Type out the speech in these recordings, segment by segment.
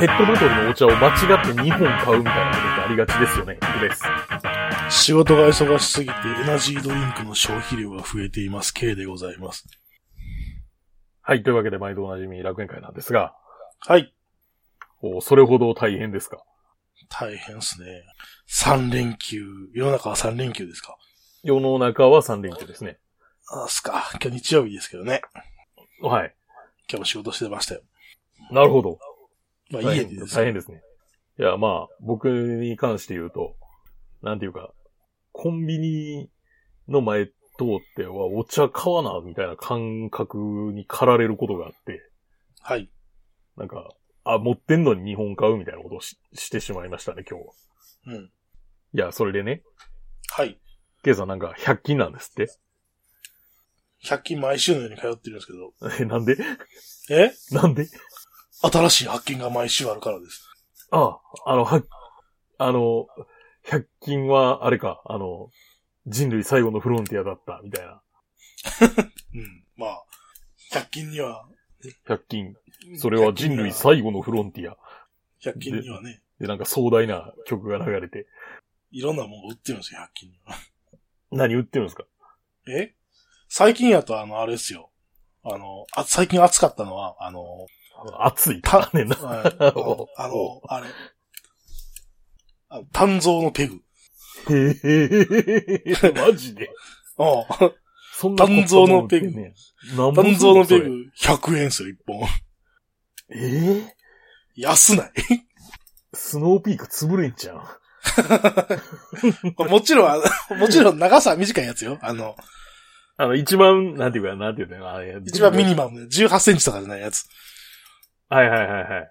ペットボトルのお茶を間違って2本買うみたいなことってありがちですよね。です。仕事が忙しすぎてエナジードリンクの消費量が増えています。K でございます。はい。というわけで、毎度おなじみ楽園会なんですが、はい。おそれほど大変ですか大変ですね。3連休。世の中は3連休ですか世の中は3連休ですね。あーすか。今日日曜日ですけどね。はい。今日も仕事してましたよ。なるほど。まあ、大家変でです大変ですね。いや、まあ、僕に関して言うと、なんていうか、コンビニの前通ってはお茶買わな、みたいな感覚に駆られることがあって、はい。なんか、あ、持ってんのに2本買うみたいなことをししてしまいましたね、今日は。うん。いや、それでね、はい。ケイさんなんか100均なんですって 100均毎週のように通ってるんですけど。え、なんで えなんで新しい発見が毎週あるからです。ああ、あの、は、あの、100均は、あれか、あの、人類最後のフロンティアだった、みたいな。うん。まあ、100均には、 100均。それは人類最後のフロンティア。 100均にはね、で、なんか壮大な曲が流れて。いろんなもの売ってるんですよ、100均には。何売ってるんですかえ最近やと、あの、あれですよ。あの、あ最近暑かったのは、あの、熱い。たねんな。 はいあのお、あのあれ。あ炭造のペグ。へえ、 マジで。ああ そんな鍛造のペグね。なんぼ炭造のすペるグの。 100円ですよ、1本。それえー安ない。 スノーピーク潰れんじゃん。もちろんあの、 もちろん長さは短いやつよ。あの、あの、一番、なんていうか、なんていうのあれ一番ミニマムで18センチとかじゃないやつ。はいはいはいはい。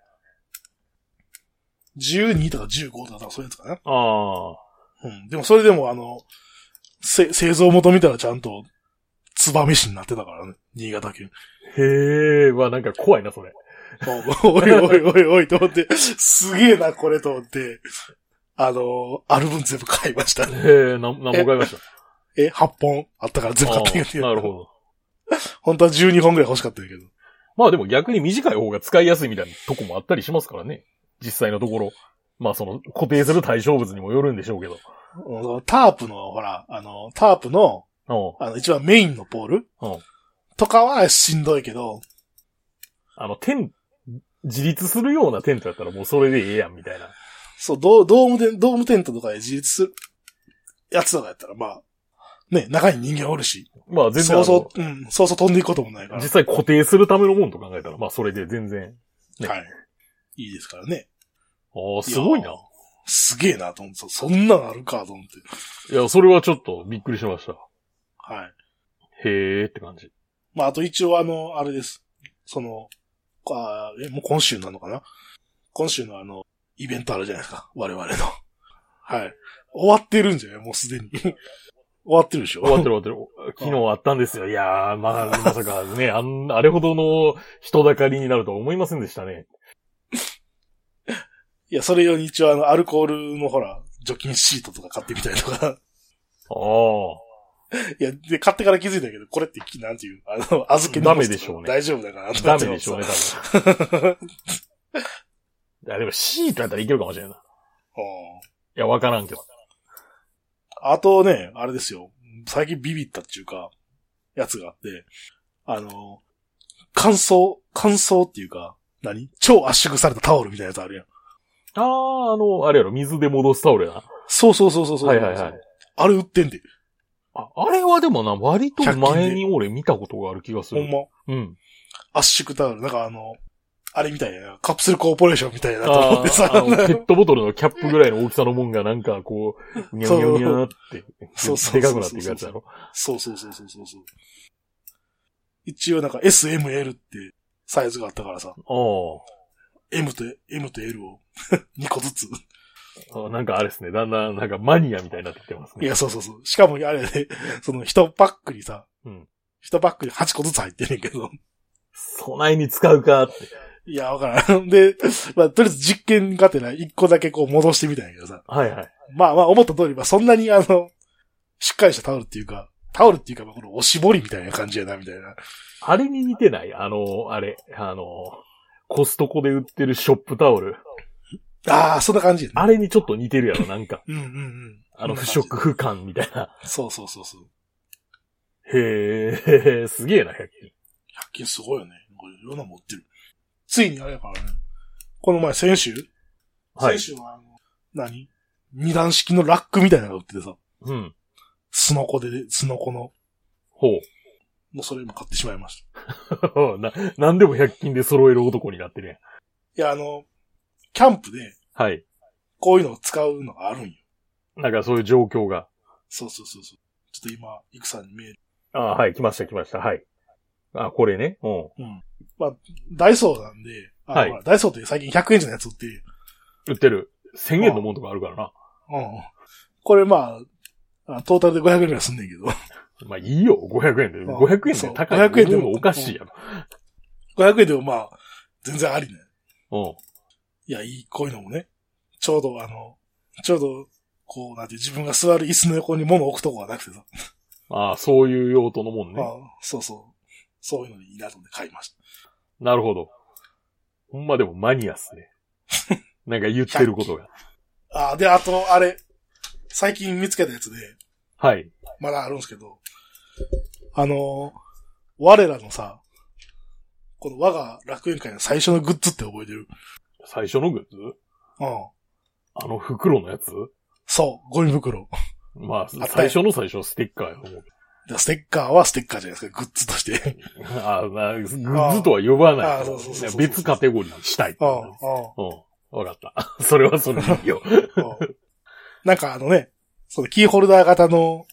12とか15とかそういうやつかな。ああ。うん。でもそれでもあの、せ製造元見たらちゃんと、ツバ飯になってたからね。新潟県。へえ、わ、なんか怖いな、それ。おいおいおいおいと思って、すげえな、これと思って、あの、ある分全部買いましたね。へえ、なん、なんも買いました。え、8本あったから全部あ買ってーなるほど。ど。本当は12本ぐらい欲しかったんやけど。まあでも逆に短い方が使いやすいみたいなとこもあったりしますからね。実際のところ。まあその固定する対象物にもよるんでしょうけど。うんそのタープの、ほら、あの、タープの、うん。あの、一番メインのポールうんとかはしんどいけど、あの、テン、自立するようなテントやったらもうそれでええやんみたいな。そう、ドドームテン、ドームテントとかで自立するやつとかやったら、まあ、ね、中に人間おるし、まあ全然あそのうそう、うん、そうそう飛んでいくこともないから実。際固定するためのもんと考えたら、まあそれで全然。ねはい。いいですからね。ああ、すごいな。やすげえなと思って、そそんなんあるかと思って。いや、それはちょっとびっくりしました。はい。へえって感じ。まあ、あと一応あの、あれです。その、あーえ、もう今週なのかな今週のあの、イベントあるじゃないですか。我々の。はい。終わってるんじゃないもうすでに。 終わってるでしょ終わってる終わってる。昨日あったんですよ。いやー、まあ、まさかね、あん、あれほどの人だかりになるとは思いませんでしたね。いや、それ用に一応あの、アルコールのほら、除菌シートとか買ってみたりとか。 ああ。いや、で、買ってから気づいたけど、これってき、なんていう、あの、預け荷ダ物メでしょうね大丈夫だからと思ダってメでしょうね、多うん 分。いや、でもシートやったらいけるかもしれんない。いや、わからんけど。あとね、あれですよ。最近ビビったっていうか、やつがあって、あの、乾燥、乾燥っていうか、何超圧縮されたタオルみたいなやつあるやん。ああ、あの、あれやろ、水で戻すタオルやな。そうそうそうそうそう。はいはいはい。あれ売ってんで。あ、あれはでもな、割と100均前でに俺見たことがある気がすほんる。ま。うん。圧縮タオル。なんかあの、あれみたいな、カプセルコーポレーションみたいなと思あってーさあ、の、 ペットボトルのキャップぐらいの大きさのもんがなんかこう、にゃにゃにゃって、そうそうそうそうでかくなっていくやつやろ。そうそうそうそうそうそう。一応なんか SML ってサイズがあったからさ、あ M と、M と L を 2個ずつ。ーあ。なんかあれですね、だんだんなんかマニアみたいになってきてますいね。や、そうそうそう。しかも、あれで、その、一パックにさ、うん一パックに8個ずつ入ってんねんけど。備えに使うかって。いや、わからん。で、まあ、とりあえず実験がてら、1個だけこう戻してみたんやけどさ。はいはい。まあまあ、思った通り、まあ、そんなにあの、しっかりしたタオルっていうか、タオルっていうか、まあ、このおしぼりみたいな感じやな、みたいな。あれに似てないあの、あれ、あの、コストコで売ってるショップタオル。ああ、そんな感じやね。あれにちょっと似てるやろ、なんか。うんうんうん。あの、不そんな織布感みたいな。感じ。そうそうそうそう。へえ、すげえな、100均。 100均すごいよね。なんかいろんなの持ってる。ついにあれやからね。この前、先週はい。先週はあの、何二段式のラックみたいなのが売っててさ、うん。スノコで、スノコの、ほもうそれも買ってしまいました。う。 な、なんでも100均で揃える男になってるやん。いや、あの、キャンプではい。こういうのを使うのがあるんよ。なんかそういう状況が。そうそうそうそう。ちょっと今、イクさんにメール。ああ、はい、来ました、来ました、はい。あ、これね。うん。まあ、ダイソーなんで、あのはいほらダイソーって最近100円じゃないやつ売ってるよ売ってる。1000円のもんとかあるからな。うん。これまあ、あトータルで500円くらいすんねんけど。 まあいいよ、500円で。ん500円で高い。 500円でももおかしいや500円でもまあ、全然ありね。ろ。いや、いい、こういうのもね。ちょうどあの、ちょうど、こう、なんて自分が座る椅子の横に物を置くとこがなくてさ。うん。ああ、そういう用途のもんあね。そうそう。そういうのにいいなと思って買いましなるほど。ほんまでもマニアっすね。 なんか言ってることが。た。あで、あと、あれ、最近見つけたやつで、はい。まだあるんですけど、あの、我らのさ、この我が楽園会の最初のグッズって覚えてる最初のグッズうん。あの袋のやつそう、ゴミ袋。まあ、よ最初の最初はステッカーやと思う。でステッカーはステッカーじゃないですか、グッズとして。ああ、まあ、グッズとは呼ばあなあいそうそうそういそうや。別カテゴリーにしたい。う、うんん。わかった。 それはそれでいいよ。うんうん。なんかあのね、そのキーホルダー型の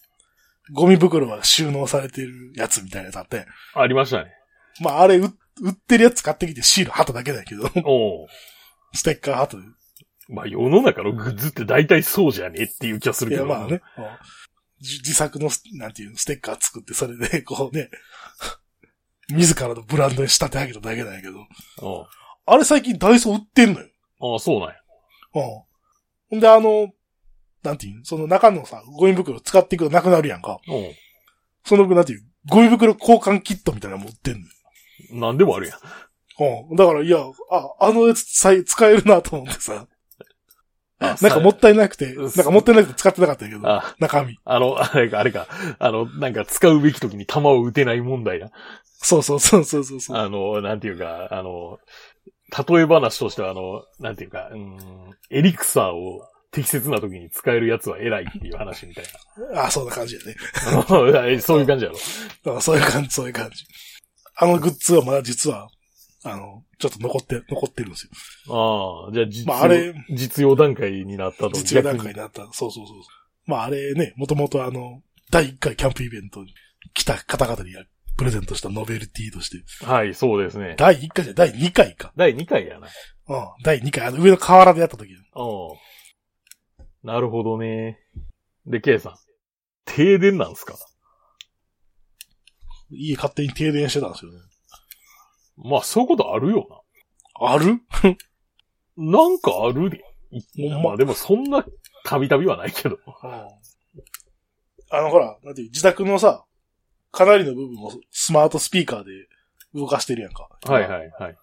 ゴミ袋が収納されてるやつみたいなやつあって、ありま したね。まああれ売売ってるやつ買ってきてシール貼っただけだけど、おうステッカー貼ったでまあ、世の中のグッズって大体そうじゃねっていう気がするいけど。や、まあね。うんじ自作のス、なんていうの、ステッカー作って、それで、 こうね、自らのブランドに仕立て上げただけなんやけど、うん。あれ最近ダイソー売ってんのよ。ああ、そうなんや。うん。ほんで、あの、なんていうのその中のさ、ゴミ袋使っていくとなくなるやんか。うその、なんていう、ゴミ袋交換キットみたいなの持ってんのよん。なんでもあるやん。うん。だから、いや、あ、あのやつさえ使えるなと思ってさ。あなんかもったいなくて、うなんんかもったいなくて使ってなかったんやけど、あ、中身。あの、 あれか、あれか。あの、なんか使うべき時に弾を撃てない問題な。そうそうそうそうそうそう。あの、なんていうか、あの、例え話としては、あの、なんていうか、うーん、エリクサーを適切な時に使えるやつは偉いっていう話みたいあ、そんな感じやね。 なあの。そういう感じやろ。だからそういう感じ、そういう感じ。あのグッズはまだ実は、あの、ちょっと残って、残ってるんですよ。ああ、じゃあ実用、まああれ実用段階になったと。実用段階に逆になった。そうそうそう。まああれね、もともとあの、第1回キャンプイベントに来た方々にプレゼントしたノベルティとして、はい、そうですね。第1回じゃ、第2回か。第2回やな。うん、第2回、あの上の河原でやった時。うん。なるほどね。で、ケイさん。停電なんすか家勝手に停電してたんですよね。まあ、そういうことあるよあるな。なんかあるで。ほんままあ、でもそんな、たびたびはないけど。あのほら、なんていう、自宅のさ、かなりの部分をスマートスピーカーで動かしてるやんか。はいはいはい。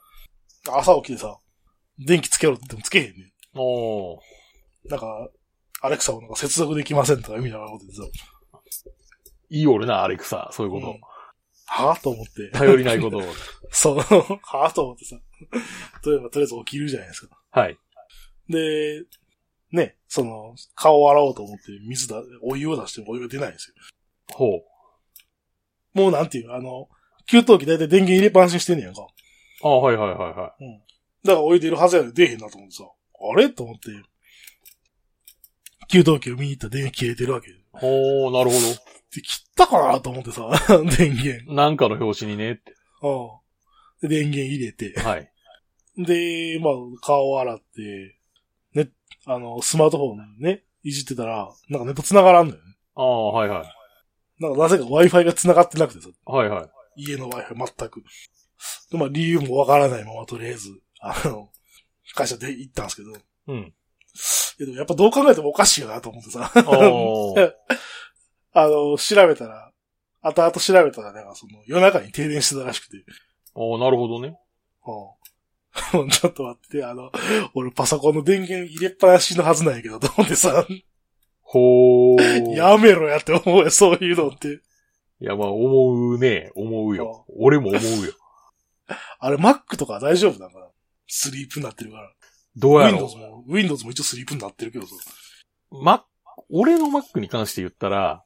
朝起きてさ、電気つけろって言ってもつけへんねん。おー。なんか、アレクサもなんか接続できませんとか意味なことでさ、いい俺な、アレクサ。そういうこうんと。はぁと思って。頼りないことを。そう、 はぁと思ってさ、とりあえず、とりあえず起きるじゃないですか。 はい。で、ね、その、顔を洗おうと思って水だ、お湯を出してもお湯が出ないんですよ。ほう。もうなんていう、あの、給湯器大体電源入れっぱなしにしてんねやんか。ああ、はいはいはいはだからお湯出るはずやで出えへんなと思ってさ、あれと思って、給湯器を見に行ったら電源切れてるわけ。い。ほう、なるほで、切ったかなと思ってさ、 電源。ど。なんかの表紙にねって。うん。で、電源入れて。はい。で、まあ、顔を洗って、ね、あの、スマートフォンね、いじってたら、なんかネット繋がらんのよね。ああ、はいはい。なんかなぜか Wi-Fi が繋がってなくてさ、はいはい。家の Wi-Fi 全く。で、まあ、理由もわからないままとりあえず、あの、会社で行ったんですけど、い うん。やでもやっぱどう考えてもおかしいよなと思ってさ、 おー。あの、調べたら、後々調べたら、なんかその、夜中に停電してたらしくて、おーなるほどね。うん ちょっと待って、あの、俺パソコンの電源入れっぱなしのはずなんやけど、と思ってさ、ほー。やめろやって思うよ、そういうのって。いや、まあ、思うね。思うよ。俺も思うよ。あれ、Mac とか大丈夫なんかなスリープになってるから。どうやろ Windows も、Windows も一応スリープになってるけどさ。う。マ俺の Mac に関して言ったら、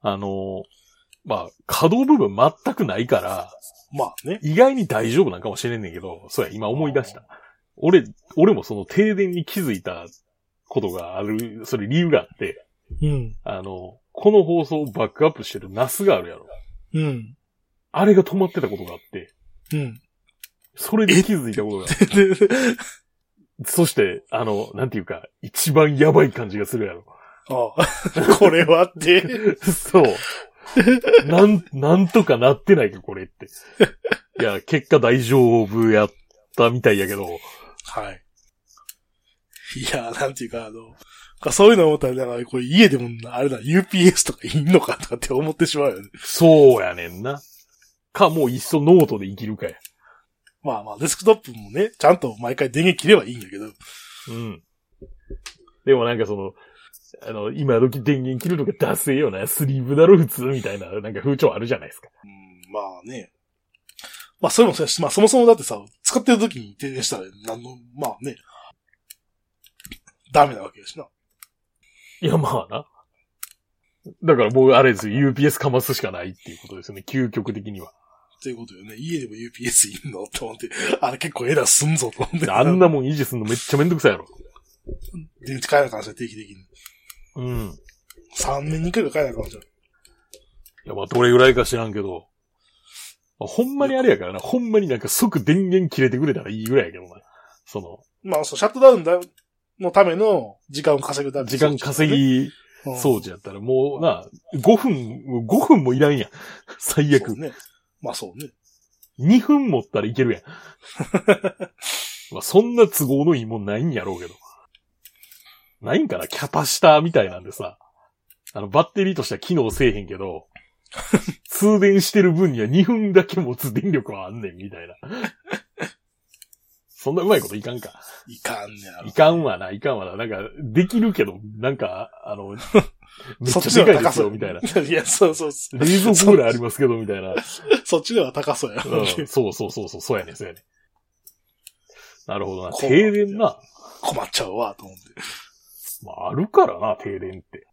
あの、まあ、可動部分全くないから、まあね。意外に大丈夫なんかもしれんねんけど、そうや、今思い出した。俺、俺もその停電に気づいたことがある、それ理由があって、うん。あの、この放送をバックアップしてるナスがあるやろ。うん。あれが止まってたことがあって、うん。それで気づいたことがある。で、そして、あの、なんていうか、一番やばい感じがするやろ。ああ これはって。そう。なん、なんとかなってないか、これって。いや、結果大丈夫やったみたいやけど、はい。いや、なんていうか、あの、そういうの思ったら、だから、これ家でも、あれだ、UPS とかいんのかとかって思ってしまうよね。そうやねんな。か、もういっそノートで生きるかや。まあまあ、デスクトップもね、ちゃんと毎回電源切ればいいんやけど。うん。でもなんかその、あの、今時電源切るとかダセえよな、スリーブだろ普通みたいな、なんか風潮あるじゃないですか。うん、まあね。まあ、それもそうやし、まあ、そもそもだってさ、使ってる時に停電したら、なんの、まあね、ダメなわけやしな。いや、まあな。だからもうあれですよ、UPS かますしかないっていうことですよね、究極的には。ということよね。家でも UPS いんのと思って、あれ結構エラーすんぞと思って。あんなもん維持するのめっちゃめんどくさいやろ。電池変えなあかんしな、定期的に。うん。 3年に1回ぐらい変えなあかんじゃん。いや、まあどれぐらいか知らんけど。まあほんまにあれやからな、ほんまになんか即電源切れてくれたらいいぐらいやけどな。その、まあ、そう、シャットダウンだのための時間を稼ぐため時間稼ぎぎ装置やったらもうな、5分、5分もいらんやん。最悪。ね。まあそうね。 2分持ったらいけ るやん。まあそんな都合のいいもんないんやろうけど。ないんかなキャパシタみたいなんでさ。あの、バッテリーとしては機能せえへんけ ど、通電してる分には2分だけ持つ電力はあんねん、みたいな。そんなうまいこといかんか。いかんねやろい。かんわな、いかんわな。なんか、できるけど、なんか、あ の、めっそっちちゃででかではい高すそよ、う。みたいな。。 いや、そうそうそ冷蔵庫ぐらいありますけど、みたいな。う。そっちでは高そうや。うん、 そうそうそうそう、そうやねん、そうやねん。なるほどな。こう停電な。困っちゃうわ、と思って。まあ、あるからな、停電って。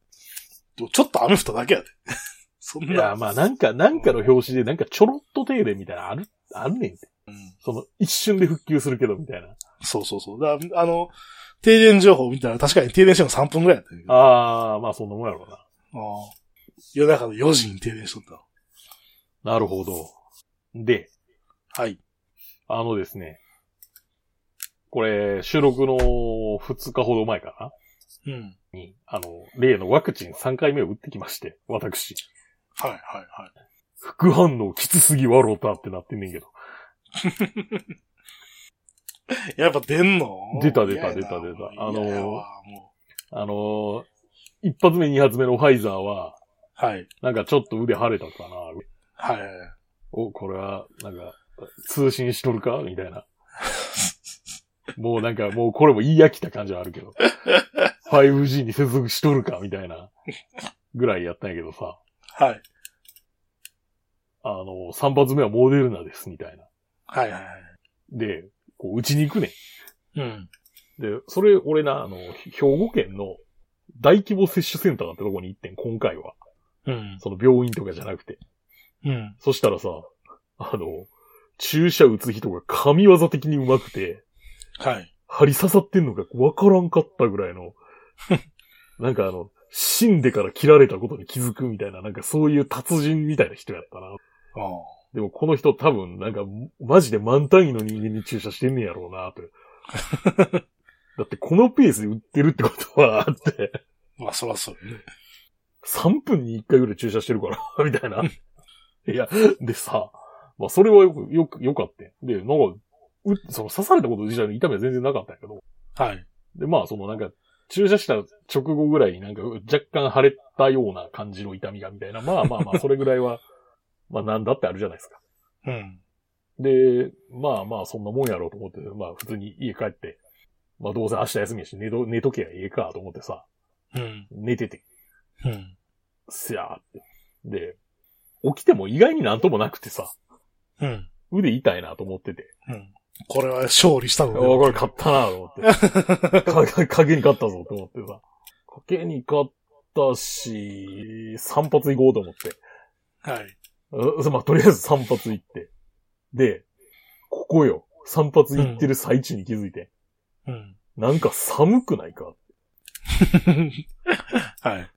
でもちょっと雨降っただけやで。 そんいや、 な。まあ、なんか、なんかの表紙で、なんかちょろっと停電みたいなのある、あんねんて。うんその、一瞬で復旧するけど、みたいな。そうそうそう。だあの、停電情報見たら確かに停電しても3分ぐらいやったんやけど。ああー、まあ、そんなもんやろうな。あ夜中の4時に停電しとっなるほど。で、た。はい。あのですね。これ、収録の2日ほど前かなうん。に、あの、例のワクチン3回目を打ってきまして、私。はい、はい、はい。副反応きつすぎ笑うたってなってんねんけど。やっぱ出んの出た出た嫌やな出た出たもう嫌やわもあのー一発目二発目のファイザーは、うはい。なんかちょっと腕腫れたかな。はいはいはい。お、これは、なんか、通信しとるかみたいな。もうなんか、もうこれも言い飽きた感じはあるけど。5G に接続しとるかみたいな。ぐらいやったんやけどさ。はい。あのー、三発目はモデルナです、みたいな。はいはいはで、こう、打ちに行くねん。い。うん。で、それ、俺な、あの、兵庫県の大規模接種センターってとこに行ってん、今回は。うん。その病院とかじゃなくて。うん。そしたらさ、あの、注射打つ人が神業的に上手くて、はい。針刺さってんのかわからんかったぐらいの、なんかあの、死んでから切られたことに気づくみたいな、なんかそういう達人みたいな人やったな。ああ。でもこの人多分、なんか、マジで満単位の人間に注射してんねやろうな、と。だってこのペースで打ってるってことは、あって、まあそらそうよね。 3分に1回ぐらい注射してるから、 みたいな。いや、でさ、まあそれはよく、よく、よかったよ。で、なんか、うその刺されたこと自体の痛みは全然なかったんやけど、はい。で、まあそのなんか、注射した直後ぐらいになんか若干腫れたような感 じの痛みがみたいな、まあまあまあ、それぐらいは、まあなんだってあるじゃないですか。うん。で、まあまあそんなもんやろうと思って、まあ普通に家帰って、まあどうせ明日休みやし寝と、寝とけやええかと思ってさ、うん。寝てて、うん。すやーって。で、起きても意外になんともなくてさ、うん。腕痛いなと思って て、うん。これは勝利したあのあ、これ勝ったなと思 って。かか影に勝ったぞと思ってさ、影に勝ったし、散髪行こうと思って。はい。うんまあ、とりあえず散髪行って。で、ここよ。散髪行ってる最中に気づいて。うん。なんか寒くないか はい。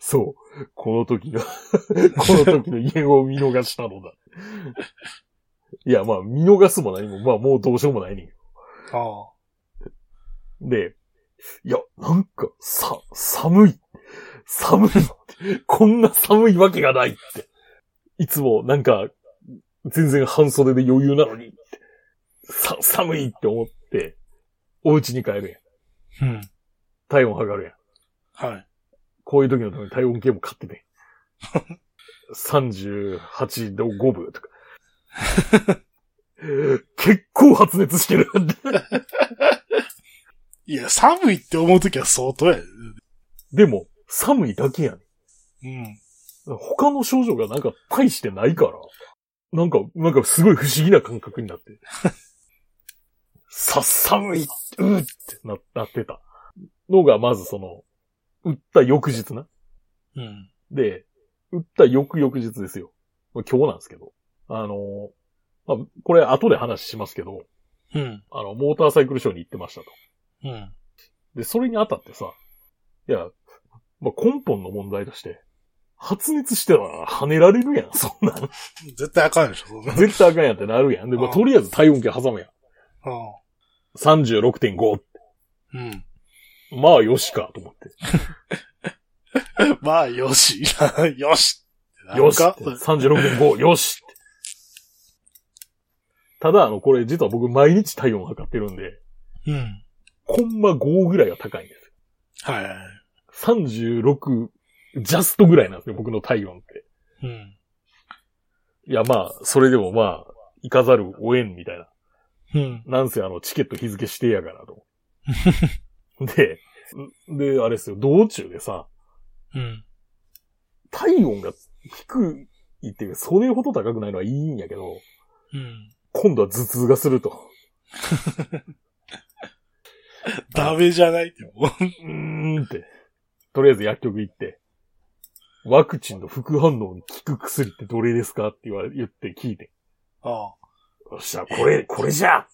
そう。この時の、 この時の家を見逃したのだ。いや、まあ、見逃すも何も、まあ、もうどうしようもないねんけああ。ど。で、いや、なんか、さ、寒い。寒い って。こんな寒いわけがないって。いつも、なんか、全然半袖で余裕なのに、さ、寒いって思って、お家に帰るやん。うん。体温測るやん。はい。こういう時のために体温計も買ってて。38度5分とか。 結構発熱してる。いや、寒いって思うときは相当やで。でも、寒いだけやねん。うん。他の症状がなんか大してないから、なんか、なんかすごい不思議な感覚になって。 さ、寒い、うーってななってた。のが、まずその、打った翌日な。うん。で、打った翌々日ですよ。これ今日なんですけど。あの、まあ、これ後で話しますけど、うん。あの、モーターサイクルショーに行ってましたと。うん。で、それにあたってさ、いや、まあ、根本の問題として、発熱してたら跳ねられるやん、そんなん。絶対あかんでしょ、そんな。 絶対あかんやんってなるやん。で、まあ、とりあえず体温計挟むやん。あ36.5。あうん。まあ、よしか、と思って。まあ、よし。 よし。よしかって !36.5! よしってただ、あの、これ実は僕毎日体温測ってるんで、うん。コンマ5ぐらいが高いんですはい。よ。36ジャストぐらいなんですよ、僕の体温って。うん。いや、まあ、それでもまあ、行かざるを得んみたいな。うん。なんせあの、チケット日付してやからと。 で、んで、あれですよ、道中でさ、うん。体温が低いっていうか、それほど高くないのはいいんやけど、うん。今度は頭痛がすると。ダメじゃないって思う。うーんって。とりあえず薬局行って、ワクチンの副反応に効く薬ってどれですかって言われ、言って聞いて。ああ。よっしゃ、これ、これじゃああ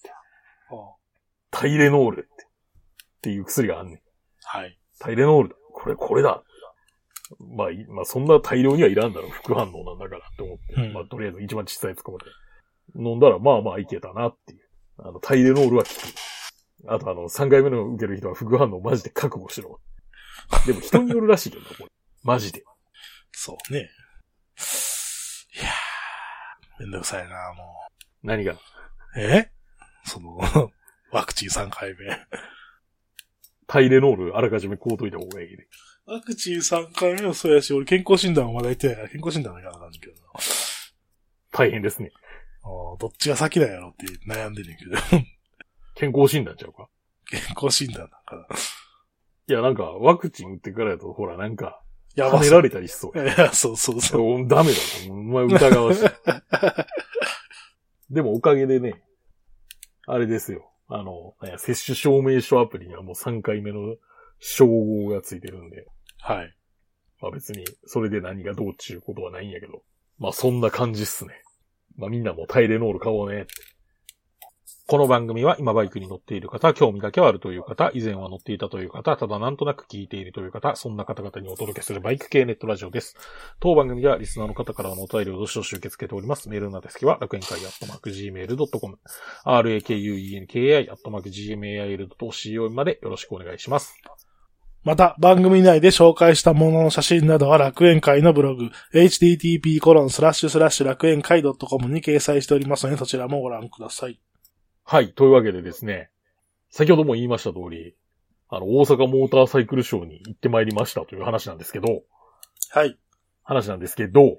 タイレノールって。っていう薬があんねん。あはい。タイレノールだ。これ、これだ。まあ、いまあ、そんな大量にはいらんだろう。副反応なんだからって思って。うんまあ、とりあえず一番小さいやつかまで。飲んだら、まあまあいけたなっていう。あの、タイレノールは効く。あと、あの、3回目の受ける人は副反応マジで覚悟しろ。でも人によるらしいけどな、これ。マジで。そうね。いやー、めんどくさいな、も何がう。えその、 ワクチン3回目。タイレノールあらかじめこうといた方がいいね。ワクチン3回目もそうやし、俺健康診断はまだ行ってないから、健康診断はいかなあかんねんけどな。大変ですね。ああどっちが先なんやろって悩んでるんけど、 健康診断ちゃうか健康診断だかいら。や、なんか、ワクチン打ってからやと、ほら、なんか、や跳ばねそらう。れたりしそうや。い や、そうそうそう。おダメだな。お前疑わしい。でも、おかげでね、あれですよ。あの、なんや接種証明書アプリにはもう3回目の称号がついてるんで、はい。まあ別に、それで何がどうっちゅうことはないんやけど、まあそんな感じっすね。まあみんなもタイレノール買おうね。この番組は今バイクに乗っている方、興味だけはあるという方、以前は乗っていたという方、ただなんとなく聞いているという方、そんな方々にお届けするバイク系ネットラジオです。当番組ではリスナーの方からのお便りをどしどし受け付けております。メールの宛先は楽園会アットマーク Gmail.com、rakuenki アットマーク Gmail.co までよろしくお願いします。また、番組内で紹介したものの写真などは楽園会のブログ、http:// 楽園会 .com に掲載しておりますので、そちらもご覧ください。はい。というわけでですね、先ほども言いました通り、あの、大阪モーターサイクルショーに行ってまいりましたという話なんですけど、はい。話なんですけど、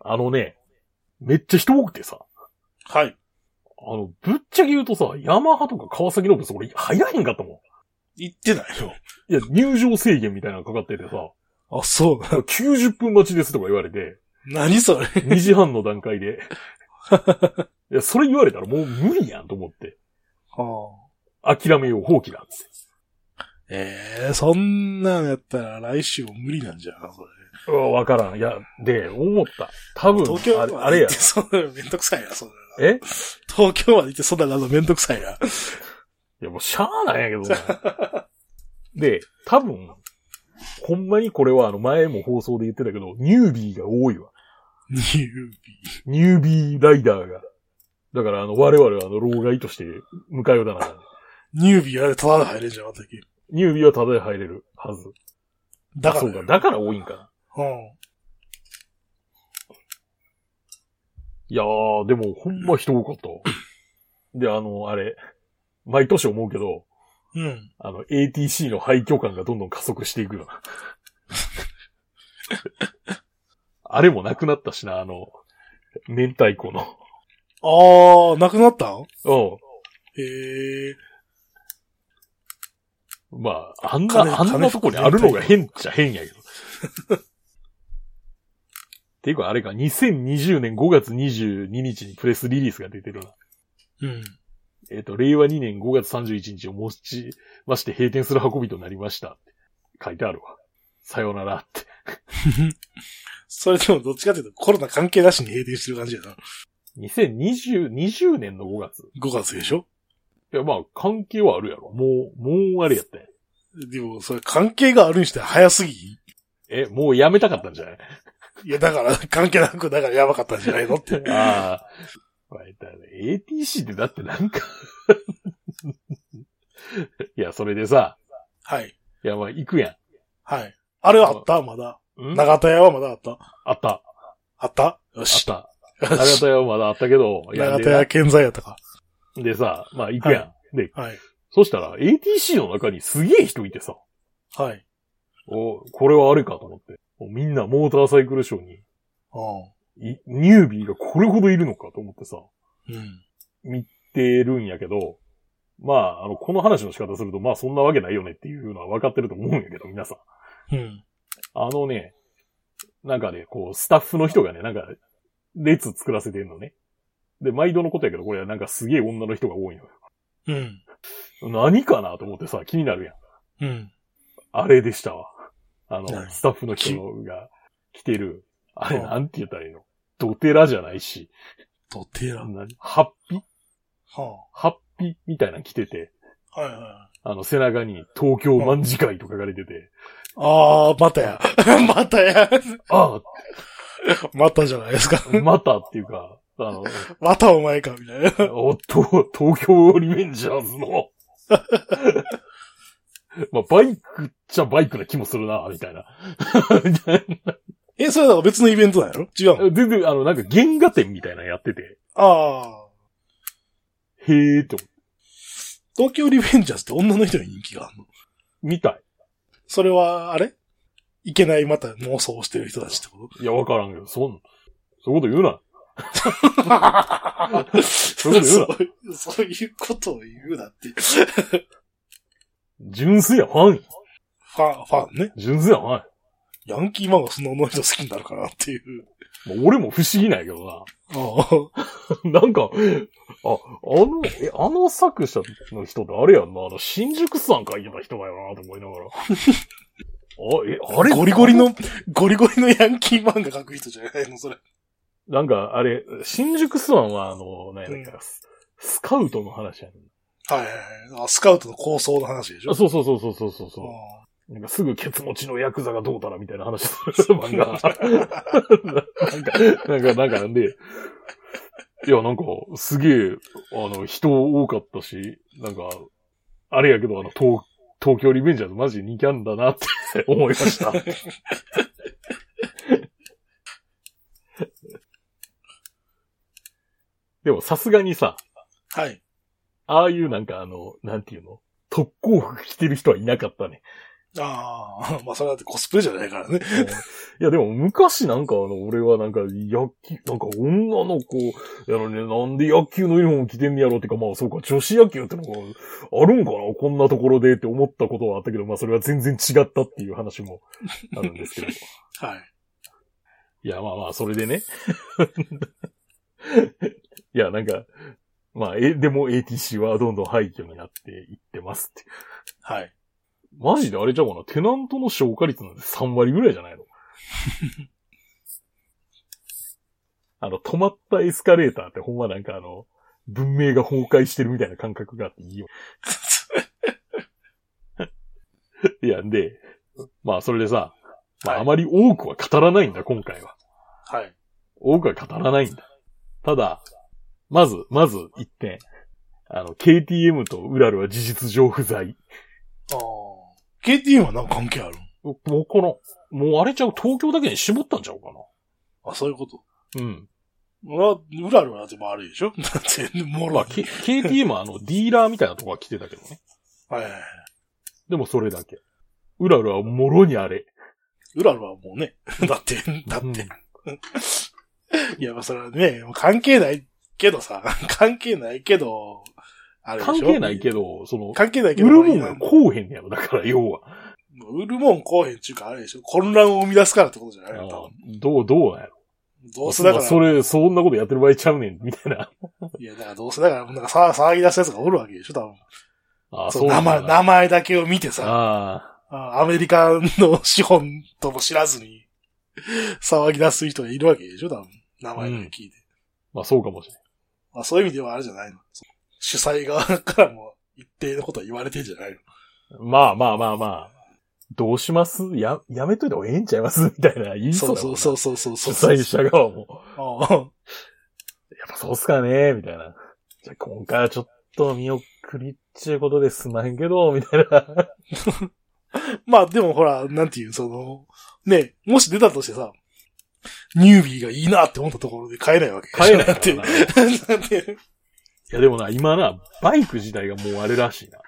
あのね、めっちゃ人多くてさ。はい。あの、ぶっちゃけ言うとさ、ヤマハとか川崎のブス、俺、入らへんかったも行ってないよ。ん。いや、入場制限みたいなのかかっててさ、 あ、そうな。 90分待ちですとか言われて、何それ。 2時半の段階で。いや、それ言われたらもう無理やんと思って。はあ、諦めよう、放棄だっつっええそんなんやったら来週も無理なんじゃん、それ。て。うわ、わからん。いや、で、思った。多分、東京あまれであれ行やって、。そんなのめんどくさいな、そんなのえ東京まで行ってそんなのめんどくさいな。 いや、もうしゃあないんやけどな。で、多分、ほんまにこれはあの前も放送で言ってたけど、ニュービーが多いわ。ニュービニュービーライダーが。だからあの我々はあの老害として迎えようだな。ー。ニュービーあれただで入れんじゃん、またっけニュービーはただで入れるはず。だからそうよ。か、だから多いんかな。うん。いやー、でもほんま人多かったわ。で、あの、あれ、毎年思うけど、うん。あの、ATC の廃墟感がどんどん加速していくよな。 あれもなくなったしな、あの、明太子の。ああ、なくなったんうへえ。ん。まあ、あん金な、あんなとこにあるのが変っちゃ変やけど。 っていうか、あれか、2020年5月22日にプレスリリースが出てるな。うん。えっ、と、令和2年5月31日をもちまして閉店する運びとなりました。書いてあるわ。さようならって。それでもどっちかっていうとコロナ関係なしに閉店してる感じやな。 2020、20年の5月。 5月でしょいや、まあ、関係はあるやろ。もう、もうあれやったんやでも、それ関係があるにしては早すぎんえ、もうやめたかったんじゃない いや、だから、 関係なく、だからやばかったんじゃない のって。ああ。これだね ATC ってだってなんか。いや、それでさ、はい。いや、まあ、行くやはい。あれはあったまだ。ん。んあ長田屋はまだあったった。あっあったよし。た。よ長し田屋はまだあったけど、いや 長田屋健在やったか。ででさ、まあ、行くやん。で、はい。そしたら ATC の中にすげえ人いてさ、はい。お、これはあれかと思って。もうみんなモーターサイクルショーに、ういニュービーがこれほどいるのかと思ってさ、ん。うん。見てるんやけど、まあ、あの、この話の仕方すると、まあそんなわけないよねっていうのは分かってると思うんやけど、皆さん。うん。あのね、なんかね、こう、スタッフの人がね、なんか、列作らせてんのね。で、毎度のことやけど、これはなんかすげえ女の人が多いのよ。うん。何かなと思ってさ、気になるやん。うん。あれでしたわ。あの何、スタッフの人が着てる、あれうんなんて言ったらいいのドテラじゃないし、とてら。は何ハッピハッピみたいなの着てて、あ。はいはい。あの、背中に東京卍会と書かれてて、あー、またや。 またや。あまたじゃないですか。あ、またっていうか、あの、またお前か、みたいな。おっと、東京リベンジャーズの、 まあ、バイクっちゃバイクな気もするな、みたいな。 え、それだから別のイベントなんやろ違うの全然、あの、なんか原画展みたいなのやってて、あー。へえーと、東京リベンジャーズって女の人に人気があるのみたい。それは、あれいけないまた妄想をしてる人たちってこといや、わからんけど、そん、そういうこと言うな。そういうことう そういうことを言うなって。純粋やファン。ファン、ファンね。純粋やファン。ヤンキー漫画その女の人好きになるかなっていう。もう俺も不思議ないけどああ。 な。なんか、あ、あの、え、あの作者の人ってあれやんな。あの、新宿さん書いてた人だよな、と思いながら。あ、え、あれゴリゴリ。の、ゴリゴリのヤンキー漫画描く人じゃないのそれ。なんか、あれ、新宿スワンは、あの、なんやったっけな、ススカウトの話やねはいはいはい。あスカウトの構想の話でしょあそうそうそうそうそうそうそあう。なんかすぐケツ持ちのヤクザがどうたらみたいな話する漫画。なんか、なんかなんで、いや、なんか、すげえ、あの、人多かったし、なんか、あれやけど、あの、東、東京リベンジャーズマジで人気あんだなって 思いました。でも、さすがにさ、あはい。ああいうなんかあの、なんていうの特攻服着てる人はいなかったね。ああ、 まあそれだってコスプレじゃないからね。いや、でも昔なんかあの、俺はなんか野球、なんか女の子、やのね、なんで野球のユニフォーム着てんねやろってか、まあそうか、女子野球ってのがあるんかなこんなところでって思ったことはあったけど、まあそれは全然違ったっていう話もあるんですけど。はい。いや、まあまあ、それでね。いや、なんか、まあ、え、でも ATC はどんどん廃墟になっていってますって。はい。マジであれちゃうかなテナントの消化率なんて3割ぐらいじゃないの あの、止まったエスカレーターってほんまなんかあの、文明が崩壊してるみたいな感覚があっていいよ。 いや、んで、まあそれでさ、まああまり多くは語らないんだ、今回は。はい。多くは語らないんだ。ただ、まず、まず一点。あの、KTM とウラルは事実上不在。ああ。KTM はなんか関係あるんもうこの、もうあれちゃう、東京だけに絞ったんちゃうかあ、そういうこと。な。うん。裏、裏あるはでもあるでしょ だって、もろまあ、は。 K、KTM はあの、ディーラーみたいなとこは来てたけどね。はいはいはい。でもそれだけ。ウラルはもろにあれ。裏あるはもうね。 だって、だって。うん いや、まあそれはね、関係ないけどさ、 関係ないけど、あれでしょ関係ないけど、その、関係ない売けど、るもんが今こうへんねやろ。だから、要は。売るもんこうへんっていうか、あれでしょ混乱を生み出すからってことじゃないの多分どう、どうなんやろ。どうせだかまあそら、れ、そんなことやってる場合ちゃうねん、みたい な。いや、だからどうせだから、なんかさ騒ぎ出すやつがおるわけでしょ多分あそう名前、名あ前だけを見てさ、あー。あアメリカの資本とも知らずに、騒ぎ出す人がいるわけでしょ多分名前だけ聞いて。まあそうかもしれない。まあそういう意味ではあれじゃないの。その主催側からも一定のことは言われてんじゃないの。まあまあまあまあ。どうしますや、やめといた方がええんちゃいますみたいな言いそそううだもそんうなそうそうそ主うそう。催者側も。うんやっぱそうっすかねみたいな。じゃあ今回はちょっと見送りっちゅうことですまへんけど、みたいな。まあでもほら、なんていう、その、ね、もし出たとしてさ、ニュービーがいいなって思ったところで買えないわけ。買えないだっかて。らだな。いって、やでもな、今な、バイク自体がもうあれらしいな。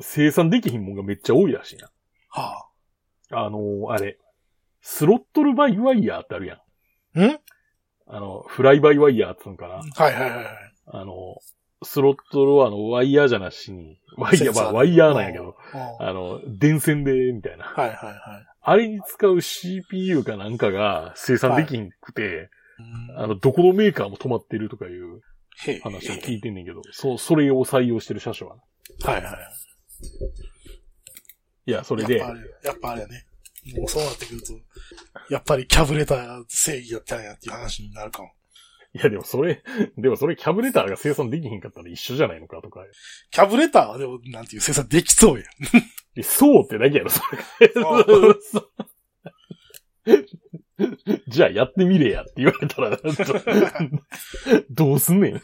生産できひんもんがめっちゃ多いらしいな。はあのー、あれ。スロットルバイワイヤーってあるやん。あ、んあの、フライバイワイヤーっつうんかな。はいはいはいはい。あの、スロットルはあの、ワイヤーじゃなしに、ワイセヤンー、サーまあ、ワイヤーなんやけど、うんはあの、電線で、みたいな。いはいはい。あれに使う CPU かなんかが生産できんくて、うんあの、どこのメーカーも止まってるとかいうへえ話を聞いてんねんけど、そう、それを採用してる車種は。はいはい。いや、それやでっぱ、あれ、やっぱあれやね。もうそうなってくると、やっぱりキャブレター正義だったんやっていう話になるかも。いや、でもそれ、 でもそれキャブレターが生産できひんかったら一緒じゃないのかとか。キャブレターはでも、なん ていう生産できそうやん。でそうってだけやろ、それ。ああそう じゃあやってみれやって言われたら、 なんかどうすんねん。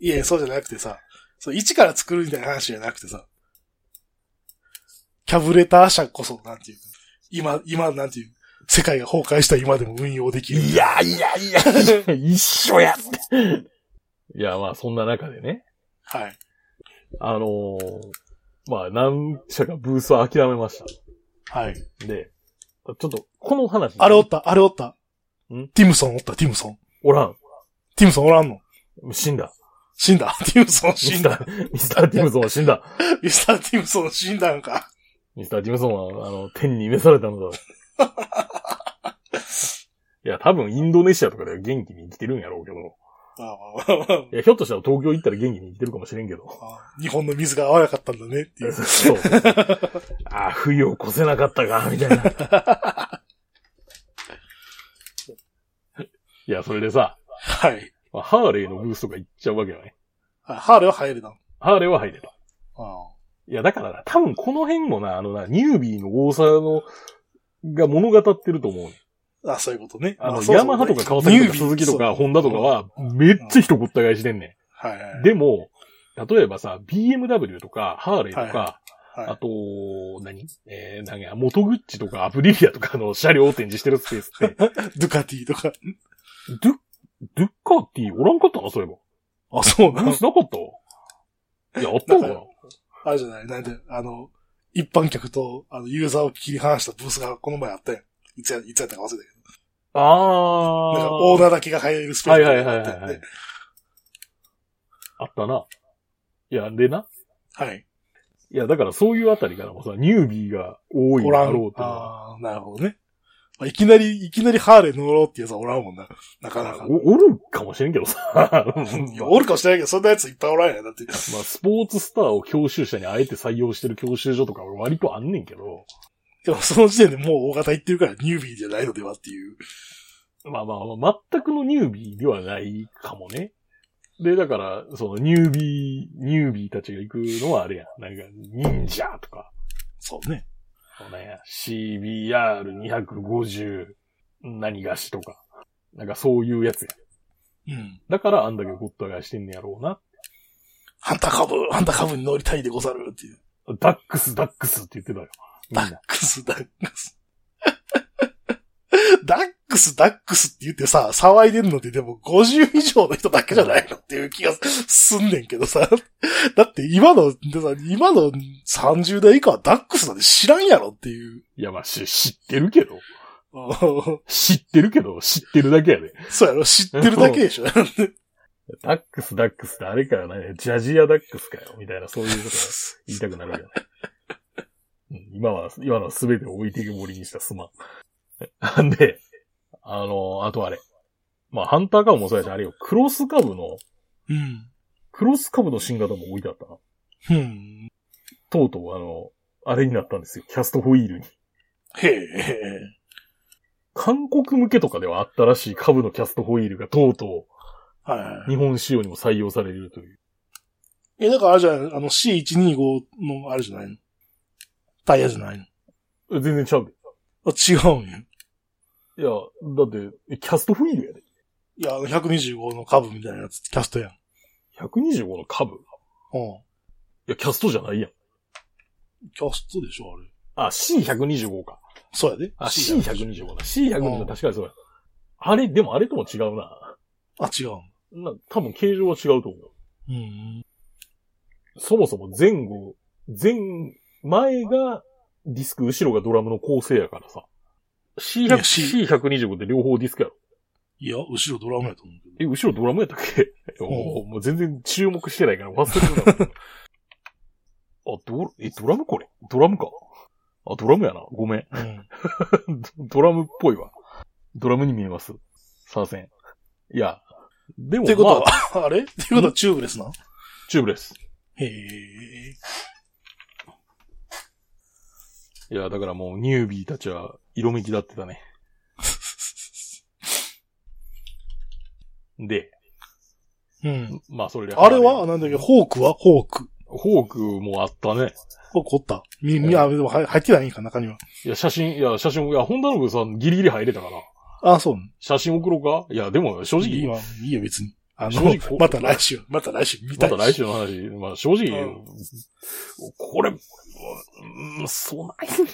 いや、そうじゃなくてさ、そう、一から作るみたいな話じゃなくてさ、キャブレター社こそ、なんていうか、今、今、なんていう、世界が崩壊した今でも運用できる。いやいやいや、一緒やって。いや、まあ、そんな中でね。はい。あのーまあ、何社かブースは諦めましはい。た。で、ちょっと、この話。あれおった、あれおった。んティムソンおった、ティムソン。おらん。ティムソンおらんの死んだ。死ん だ。ティムソン死んだ。ミスター・ミスターティムソンは死ん だ。ミスター・ティムソン死んだんか。ミスター・ティムソンは、あの、天に召されたのだ。いや、多分インドネシアとかでは元気に生きてるんやろうけど。まあまあまあまいや、ひょっとしたら東京行ったら元気に生きてるかもしれんけど。あああ日本の水が合わなかったんだねってい う。そう。ああ、冬を越せなかったか、みたいな。い や、それでさ、はい。まあハーレーのブースとか行っちゃうわけよね。あハーレーは入れた。あハーレーは入れた。あいや、だからな、多分この辺もな、あのな、ニュービーの多さの、が物語ってると思うね。あ、そういうことね。あまの、そうそうヤマハとか川崎とかニュービー鈴木とかそうホンダとかは、めっちゃ人ごった返しでんねはいはいはいん。。でも、例えばさ、BMW とか、ハーレーとか、はいあと、何えー、何や、モトグッチとかアプリリアとかの車両を展示してるスペースって、ドゥカティとか。ドゥ、ドゥッカーティーおらんかったな、そういえあ、そうば。なブーのスなかったいや、あったのかなあれじゃない、なんで、あの、一般客と、あの、ユーザーを切り離したブースがこの前あったやん。いつや、いつやったか忘れたけど。あなんか、あ。オーナーだけが入れるスペースはいみたはいいなのはがいはいはあったんいで。。あったな。いや、でな。はい。いや、だからそういうあたりからもさ、ニュービーが多いおんらだんろうっていうのはああ、なるほどね。まあいきなり、いきなりハーレー乗ろうってやつはおらんもんな。なかなか。おおるかもしれんけどさ。い やおるかもしれないけど、そんなやついっぱいおらんやん。だって。まあ、スポーツスターを教習者にあえて採用してる教習所とかは割とあんねんけど、でもその時点でもう大型行ってるからニュービーじゃないのではっていう。まあまあまあ、全くのニュービーではないかもね。で、だから、そのニュービー、ニュービーたちが行くのはあれやん。なんか、忍者とか、そうね。そうね、CBR250 何がしとか、なんかそういうやつや。うん。だからあんだけごった返してんねやろうな。ハンター株、ハンター株に乗りたいでござるっていう。ダックス、ダックスって言ってたよ。みんダなックス、ダックス。 ダックス、ダックスって言ってさ、騒いでるのってでも50以上の人だけじゃないのっていう気がすんねんけどさ。だって今の、でさ今の30代以下はダックスなんて知らんやろっていう。 いや、まあ、し知ってるけど。あー知ってるけど、知ってるだけやで。そうやろ、知ってるだけでしょ。ダックス、ダックスってあれかよね。ジャジアダックスかよ。みたいな、そういうことを言いたくなるよ ね。うん今は、今のは全てを置いてけぼりにしたすまん。んで、あの、あとあれ。まあ、ハンター株もそうやし、あれよ、クロス株の、うん。クロス株の新型も置いてあったな。うん。とうとう、あの、あれになったんですよ。キャストホイールに。へえ。韓国向けとかではあったらしい株のキャストホイールがとうとはいはいはう日本仕様にも採用されるという。い。え、だからあれじゃないのあの C125 のあれじゃないのタイヤじゃないの全然ちゃうで。あ、違うんや。いや、だって、えキャストフィールやで。いや、あの125の株みたいなやつ、キャストやん。 125の株。いうん。や、キャストじゃないやん。キャストでしょ、あれ。あ、C125 か。そうやで。あ、 C や C125 だ。C125 うん確かにそうや。あれ、でもあれとも違うな。あ、違う。な多分形状は違うと思う。うん。そもそも前後、前、前がディスク、後ろがドラムの構成やからさ。や C100 C C125 って両方ディスクやろ。いや、後ろドラムやと思うけど。え、後ろドラムやったっ けおーもう全然注目してないから忘れてた。 あ、ド、え、ドラムこれドラムか。あ、ドラムやな。ごめん。 うん。ドラムっぽいわ。ドラムに見えます。参戦。いや、でもってことまあ、 は、あれってことはチューブレスなチューブレス。へえ。いや、だからもうニュービーたちは色めきだってたね。 で、うん。まあそれで。あれはなんだっけ、ホークはホーク。ホークもあったね。ホークおった。み、み、あ、でも入入ってないんか、中には。いや、写真、いや、写真、いや、本田の子さんギリギリ入れたから。あ、そうなの。写真送ろうかいや、でも正いい直、わいいよ、別に。あ正直の、また来週、また来週見たまいし。た来週の話、まあ正直、うんこれ、うん、備えに、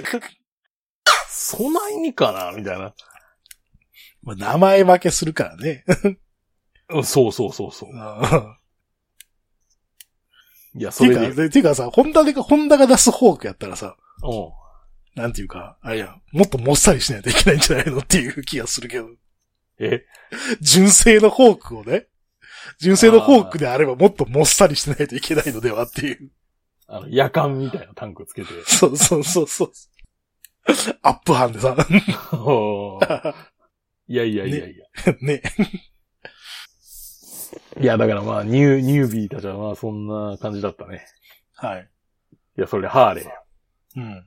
備えにかなみたいな。まあ、名前負けするから ね。うんそうそうそうそう。いや、そてれいうで、か、でていうかさ、ホンダで、ホンダが出すフォークやったらさ、うん。なんていうか、あれやん、もっともっさりしないといけないんじゃないのっていう気がするけど。え、純正のフォークをね、純正のフォークであればもっともっさりしないといけないのではっていう。あの、夜間みたいなタンクつけて。そうそうそうそう。アップ班でさ、 いやいやいやいや。ね。いや、だからまあ、ニュー、ニュービーたちはまあ、そんな感じだったね。はい。いや、それでハーレー。うん。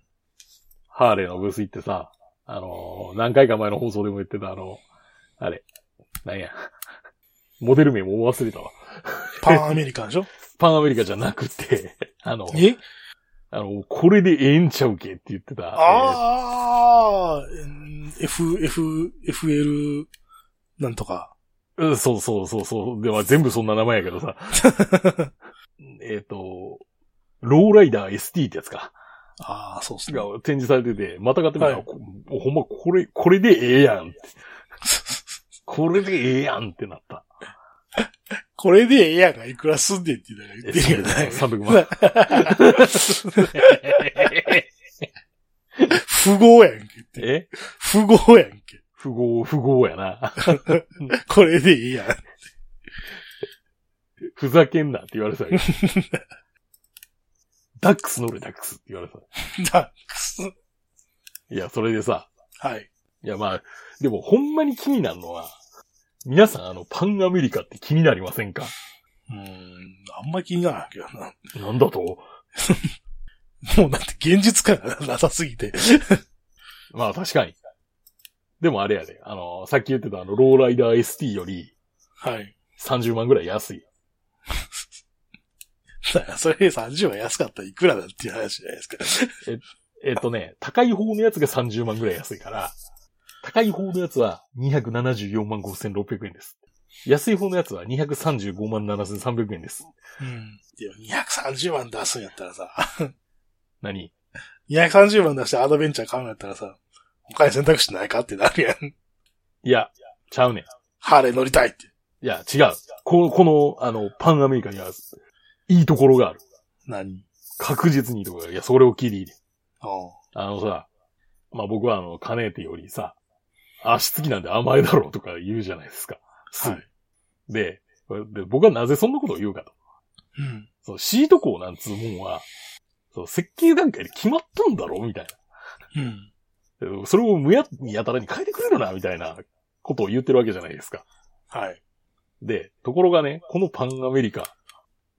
ハーレーのブース行ってさ、あのー何回か前の放送でも言ってたあの、あれ、なんや。モデル名も忘れたわ。パンアメリカンでしょパンアメリカじゃなくて、あの、えあの、これでええんちゃうけって言ってた。ああ、うん F、F、FL、なんとか。 えーうん、そうそうそうそう。で、まあ、全部そんな名前やけどさ。えっと、ローライダー ST ってやつか。ああ、そうっすねが。展示されてて、またがってみたら、はいこほんま、これ、これでええやんって。これでええやんってなった。これでええやんがいくらすんでんって言うのが言ってるやない。 300万。 不合やんけっえて。不合やんけ。不合、不合やな。これでええやん。ふざけんなって言われそうやけど ダックス乗れ、ダックスって言われそう。ダックス。いや、それでさ、はい。いやまあ、でもほんまに気になるのは、皆さんあの、パンアメリカって気になりませんかうーん、あんま気にならんけどな。なんだともうだって現実感がなさすぎて。まあ確かに。でもあれやで、あの、さっき言ってたあの、ローライダー ST よりはい。 30万ぐらい安い。だからそれ30は安かったらいくらだっていう話じゃないですか。えっとね、高い方のやつが30万ぐらい安いから、高い方のやつは274万5600円です。安い方のやつは235万7300円です。うん。でも230万出すんやったらさ、何230万出してアドベンチャー買うんやったらさ、他に選択肢ないかってなるやん。いや、ちゃうねん。ハーレー乗りたいって。いや、違う。この、この、あの、パンアメリカには、いいところがある。何確実にいいところがある。いや、それを聞いていいで。おうあのさ、まあ、僕はあの、かねてよりさ、足つきなんで甘えだろうとか言うじゃないですか。はい。で、で僕はなぜそんなことを言うかと。うん。そのシート工なんつうもんは、その設計段階で決まったんだろうみたいうん。な。それをむやにやたらに変えてくれるな、みたいなことを言ってるわけじゃないですか。はい。で、ところがね、このパンアメリカ、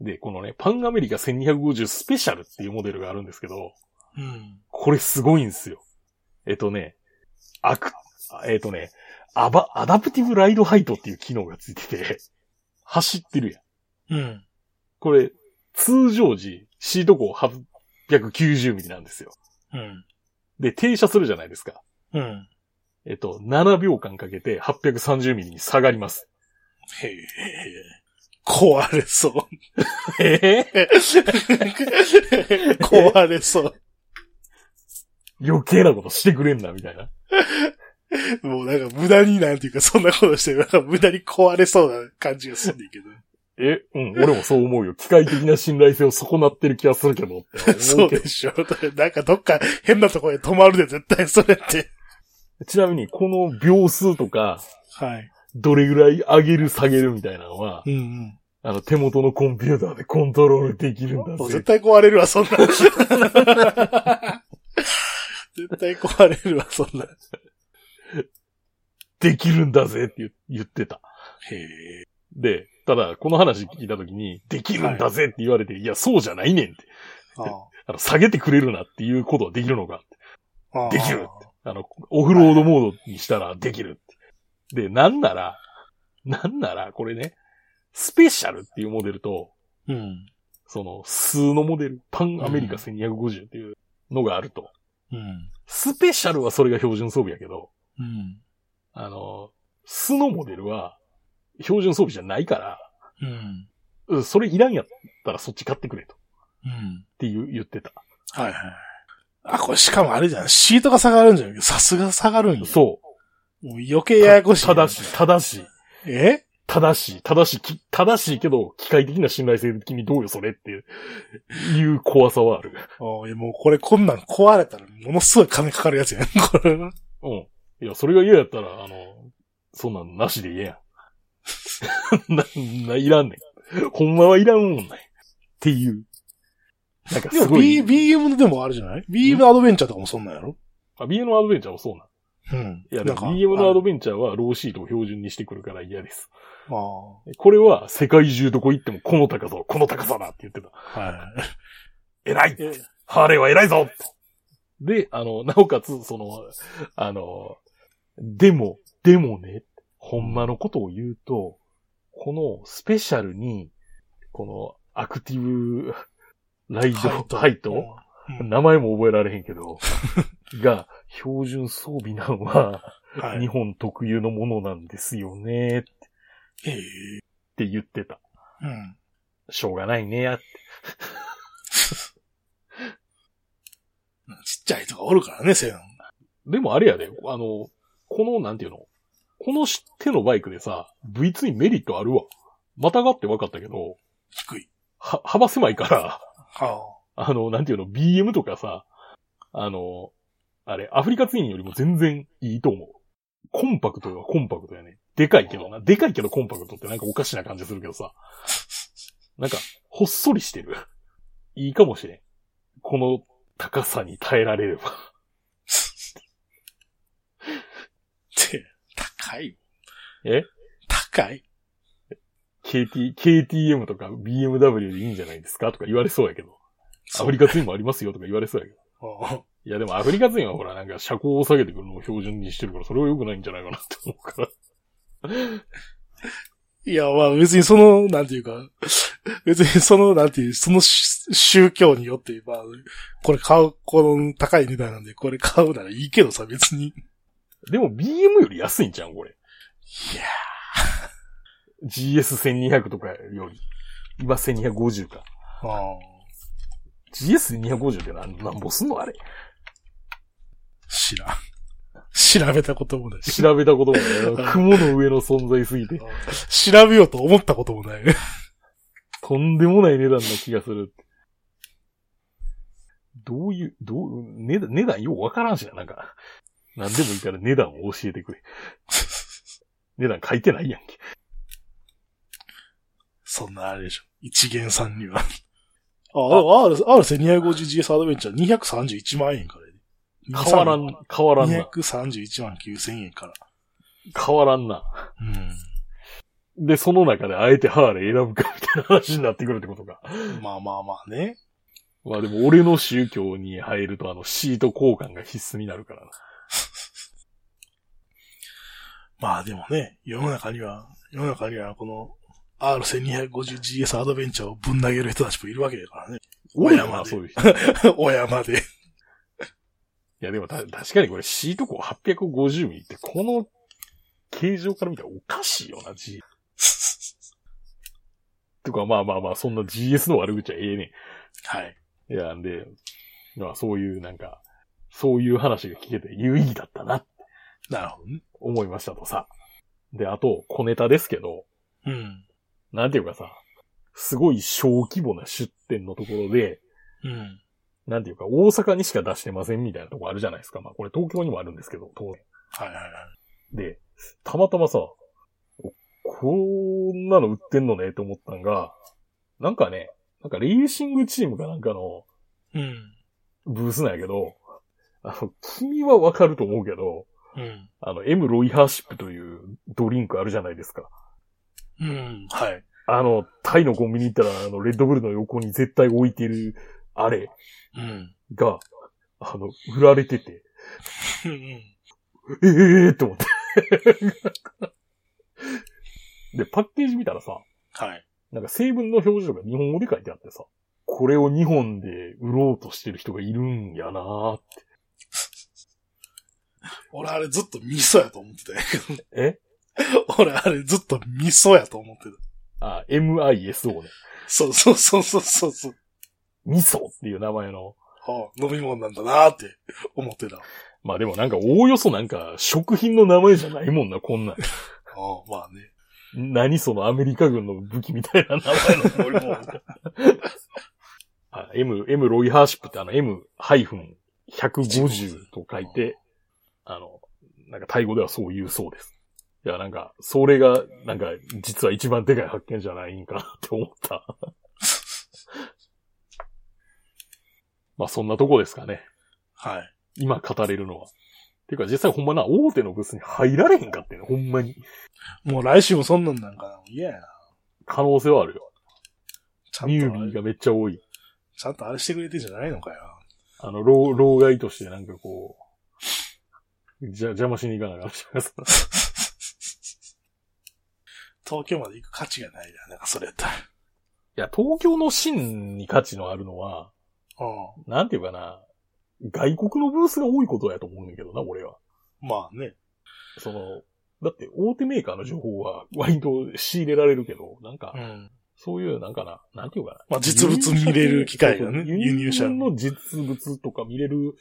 で、このね、パンアメリカ1250スペシャルっていうモデルがあるんですけど、うん。これすごいんですよ。えっとね、アク、えっとね、アバ、アダプティブライドハイトっていう機能がついてて、走ってるやん。うん。これ、通常時、シート高890ミリなんですよ。うん。で、停車するじゃないですか。うん。えっと、7秒間かけて830ミリに下がります。へえ。壊れそう。ええ壊れそう。余計なことしてくれんな、みたいな。もうなんか無駄になんていうか、そんなことしてる、なんか無駄に壊れそうな感じがすんねんけど。え、うん、俺もそう思うよ。機械的な信頼性を損なってる気がするけどって思けど。そうでしょ。なんかどっか変なところで止まるで、絶対それって。ちなみに、この秒数とか、はい。どれぐらい上げる下げるみたいなのは、うんあの、手元のコンピューターでコントロールできるんうん。だもうぜ絶。対壊れるわ、そんな。絶対壊れるわ、そんな。できるんだぜって言言ってた。へえ。で、ただ、この話聞いたときに、できるんだぜって言われて、い、や、そうじゃないねんって。ああの、下げてくれるなっていうことはできるのかって。あできるあの、オフロードモードにしたらできるって。で、なんなら、なんなら、これね、スペシャルっていうモデルと、うん。その、数のモデル、パンアメリカ1250っていうのがあると。うん。スペシャルはそれが標準装備やけど、うん。あの、素のモデルは標準装備じゃないからうん。うん、それいらんやったらそっち買ってくれと。っうん。ていう言ってた。はいはい。あ、これしかもあれじゃん。シートが下がるんじゃん。さすが下がるんや。そもう余計う。ややこしい。ただし、ただし、えただし、ただし、きただしいけど、機械的な信頼性的にどうよそれっていう、いう怖さはある。おいもうこれこんなん壊れたらものすごい金かかるやつやん。 これ。うん。いや、それが嫌やったら、あの、そんなんなしでいいやん。 な、な、いらんねん。ほんまはいらんもんね。っていう。なんかですもご B、い。 BM でもあるじゃない ?BM のアドベンチャーとかもそんなんやろあ、BM のアドベンチャーもそうなん。うん。いや、でなんもか BM のアドベンチャーはローシートを標準にしてくるから嫌です。ああ。これは世界中どこ行ってもこの高さ、この高さだって言ってた。はい。偉いえハーレーは偉いぞで、あの、なおかつ、その、あの、でも、でもね、ほんまのことを言うと、このスペシャルに、このアクティブライドハイト、うん名前も覚えられへんけ ど、が、標準装備なんは、は日い。本特有のものなんですよね、っええて言ってた。うん。しょうがないね、やって。ちっちゃいとかおるからね、せやん。でもあれやで、あの、この、なんていうのこの手のバイクでさ、V2 にメリットあるわ。またがって分かったけど、低い。は、幅狭いから、 はあの、なんていうの、BM とかさ、あの、あれ、アフリカツインよりも全然いいと思う。コンパクトはコンパクトやね。でかいけどな。でかいけどコンパクトってなんかおかしな感じするけどさ。なんか、ほっそりしてる。いいかもしれん。この高さに耐えられれば。あ。って、高い。え高い KT、KTM とか BMW でいいんじゃないですかとか言われそうやけど。アフリカツインもありますよとか言われそうやけど。うんいやでもアフリカ人はほらなんか車高を下げてくるのを標準にしてるからそれは良くないんじゃないかなって思うから。 いや、まあ別にその、なんていうか、 別にその、なんていう、そのし宗教によって、まあ、これ買う、この高い値段なんで、これ買うならいいけどさ、別に。でも BM より安いんじゃうんこれ。いや GS1200 とかより。今1250か。ー。あ GS250 ってなんなんぼすんのあれ。知らん。調べたこともないし。調べたこともない。雲の上の存在すぎて、調べようと思ったこともない。 とんでもない値段な気がする。どういう、どう、値段、値段ようわからんしな、なんか。なんでもいいから値段を教えてくれ。値段書いてないやんけ。そんなあれでしょ。一元さんには。あ、R、R1250GS アドベンチャー231万円からやで。変わらん、変わらんな。 231万9000円から。変わらんな。うで、その中であえてハーレー選ぶかみたいな話になってくるってことか。ん。まあまあまあね。まあでも俺の宗教に入るとあのシート交換が必須になるからな。まあでもね、世の中には、世の中にはこの R1250GS アドベンチャーをぶん投げる人たちもいるわけだからね。 俺親までそういう人。いお山で。 やでもた確かにこれシート高850ミリってこの形状から見たらおかしいよな、G。とかまあまあまあ、そんな GS の悪口はええねはい。ん。いや、んで、まあそういうなんか、そういう話が聞けて有意義だったなってなるほどね。思いましたとさ。で、あと、小ネタですけど、うん。なんていうかさ、すごい小規模な出店のところで、うん。なんていうか、大阪にしか出してませんみたいなとこあるじゃないですか。まあこれ東京にもあるんですけど、当然。はいはいはい。で、たまたまさ、おこんなの売ってんのねと思ったんが、なんかね、なんかレーシングチームかなんかのうん。ブースなんやけど、あの、君はわかると思うけど、うん。あの、M ロイハーシップというドリンクあるじゃないですか。うん。はい。あの、タイのコンビニ行ったら、あの、レッドブルの横に絶対置いてる、あれうん。が、あの、売られてて、うん。ええー、と思って。 で、パッケージ見たらさ、はい。なんか成分の表示とか日本語で書いてあってさ、これを日本で売ろうとしてる人がいるんやなーって俺あれずっと味噌やと思ってたんやけど。え 俺あれずっと味噌やと思ってた。あ、MISO ね。そうそうそうそうそうそう。味噌っていう名前の。はあ、飲み物なんだなーって思ってた。まあでもなんかおおよそなんか食品の名前じゃないもんな、こんなん。ああまあね。 何そのアメリカ軍の武器みたいな名前の通りもん。あ M、M ロイハーシップってあの M-150 と書いて、あの、なんかタイ語ではそう言うそうです。いや、なんか、それが、なんか、実は一番でかい発見じゃないんかなって思った。 まあ、そんなとこですかね。 はい。今語れるのは。ていうか、実際ほんまな、大手のブースに入られへんかってね、ほんまに。もう来週もそんなんなんかな。嫌やな。可能性はあるよ。ちゃんニューとあビーれ、がめっちゃ多い。ちゃんとあれしてくれてんじゃないのかよ。あの、老、老害としてなんかこう、じゃ、邪魔しに行かなかったです。東京まで行く価値がないな。なんかそれやったら。いや、東京の真に価値のあるのは、うなんていうかな、外国のブースが多いことやと思うんだけどな、俺は。ん。まあね。その、だって大手メーカーの情報は割と仕入れられるけど、なんかう、ん。そういう、なんかな、なんていうかな。まあ実物見れる機会がねそうそう輸入車輸の の実物とか見れる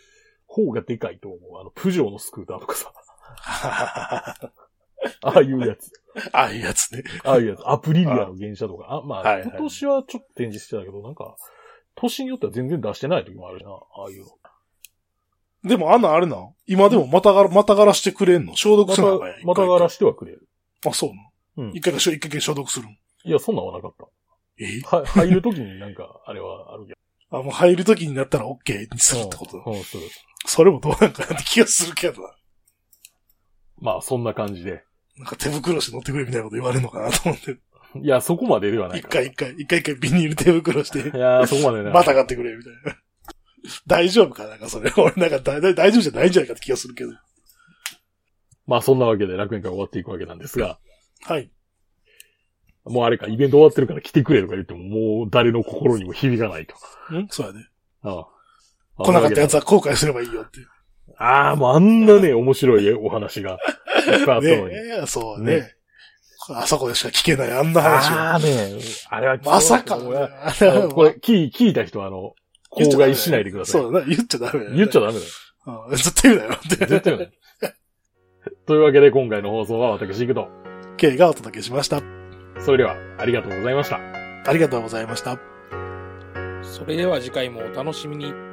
方がでかいと思う。あの、プジョーのスクーターとかさ、ああいうやつ。ああいうやつね。ああいうやつ、アプリリアの原車とか、あ、まあ、はいはい今年はちょっと展示してたけど、なんか、年によっては全然出してない時もあるな、ああいうの。でも、あんなんあれなん今でもまたがら、またがらしてくれんの消毒ますたるのかや、、またがらしてはくれる。ら。あ、そうなうんの。一回かしょ、一回か消毒するん。いや、そんなんはなかっえた。は、入る時になんか、あれはあ るけあ、もう入るときになったら OK にするってことど。うん、する。それもどうなんかなって気がするけどな。まあ、そんな感じで。なんか手袋して乗ってくれみたいなこと言われるのかなと思って。いや、そこまででは ない一から。回一回、一回一回ビニール手袋して い、やー、そこまでね。またがってくれみたいな。大丈夫かなんかそれ。 俺なんか大大大丈夫じゃないんじゃないかって気がするけど。まあ、そんなわけで楽園会終わっていくわけなんですが、はい。もうあれか、イベント終わってるから来てくれとか言っても、もう誰の心にも響かないと。んそうやね。ああ来なかったやつは後悔すればいいよって。ああ、もうあんなね、面白いお話がいっぱいあったのに。ねえ、そうね。ねあそこでしか聞けないあんな話を。ああね、あれは聞こえまさか。もうやあのこれ、聞い、聞いた人は、あの、 言っち口ゃダメだ外よしないでください。そうだな、言っちゃダメだよね。言っちゃダメだよ。うん絶対言うなよって。絶対ダメ。 というわけで、今回の放送は私、行くと。 K がお届けしました。それでは、ありがとうございました。ありがとうございました。それでは次回もお楽しみに。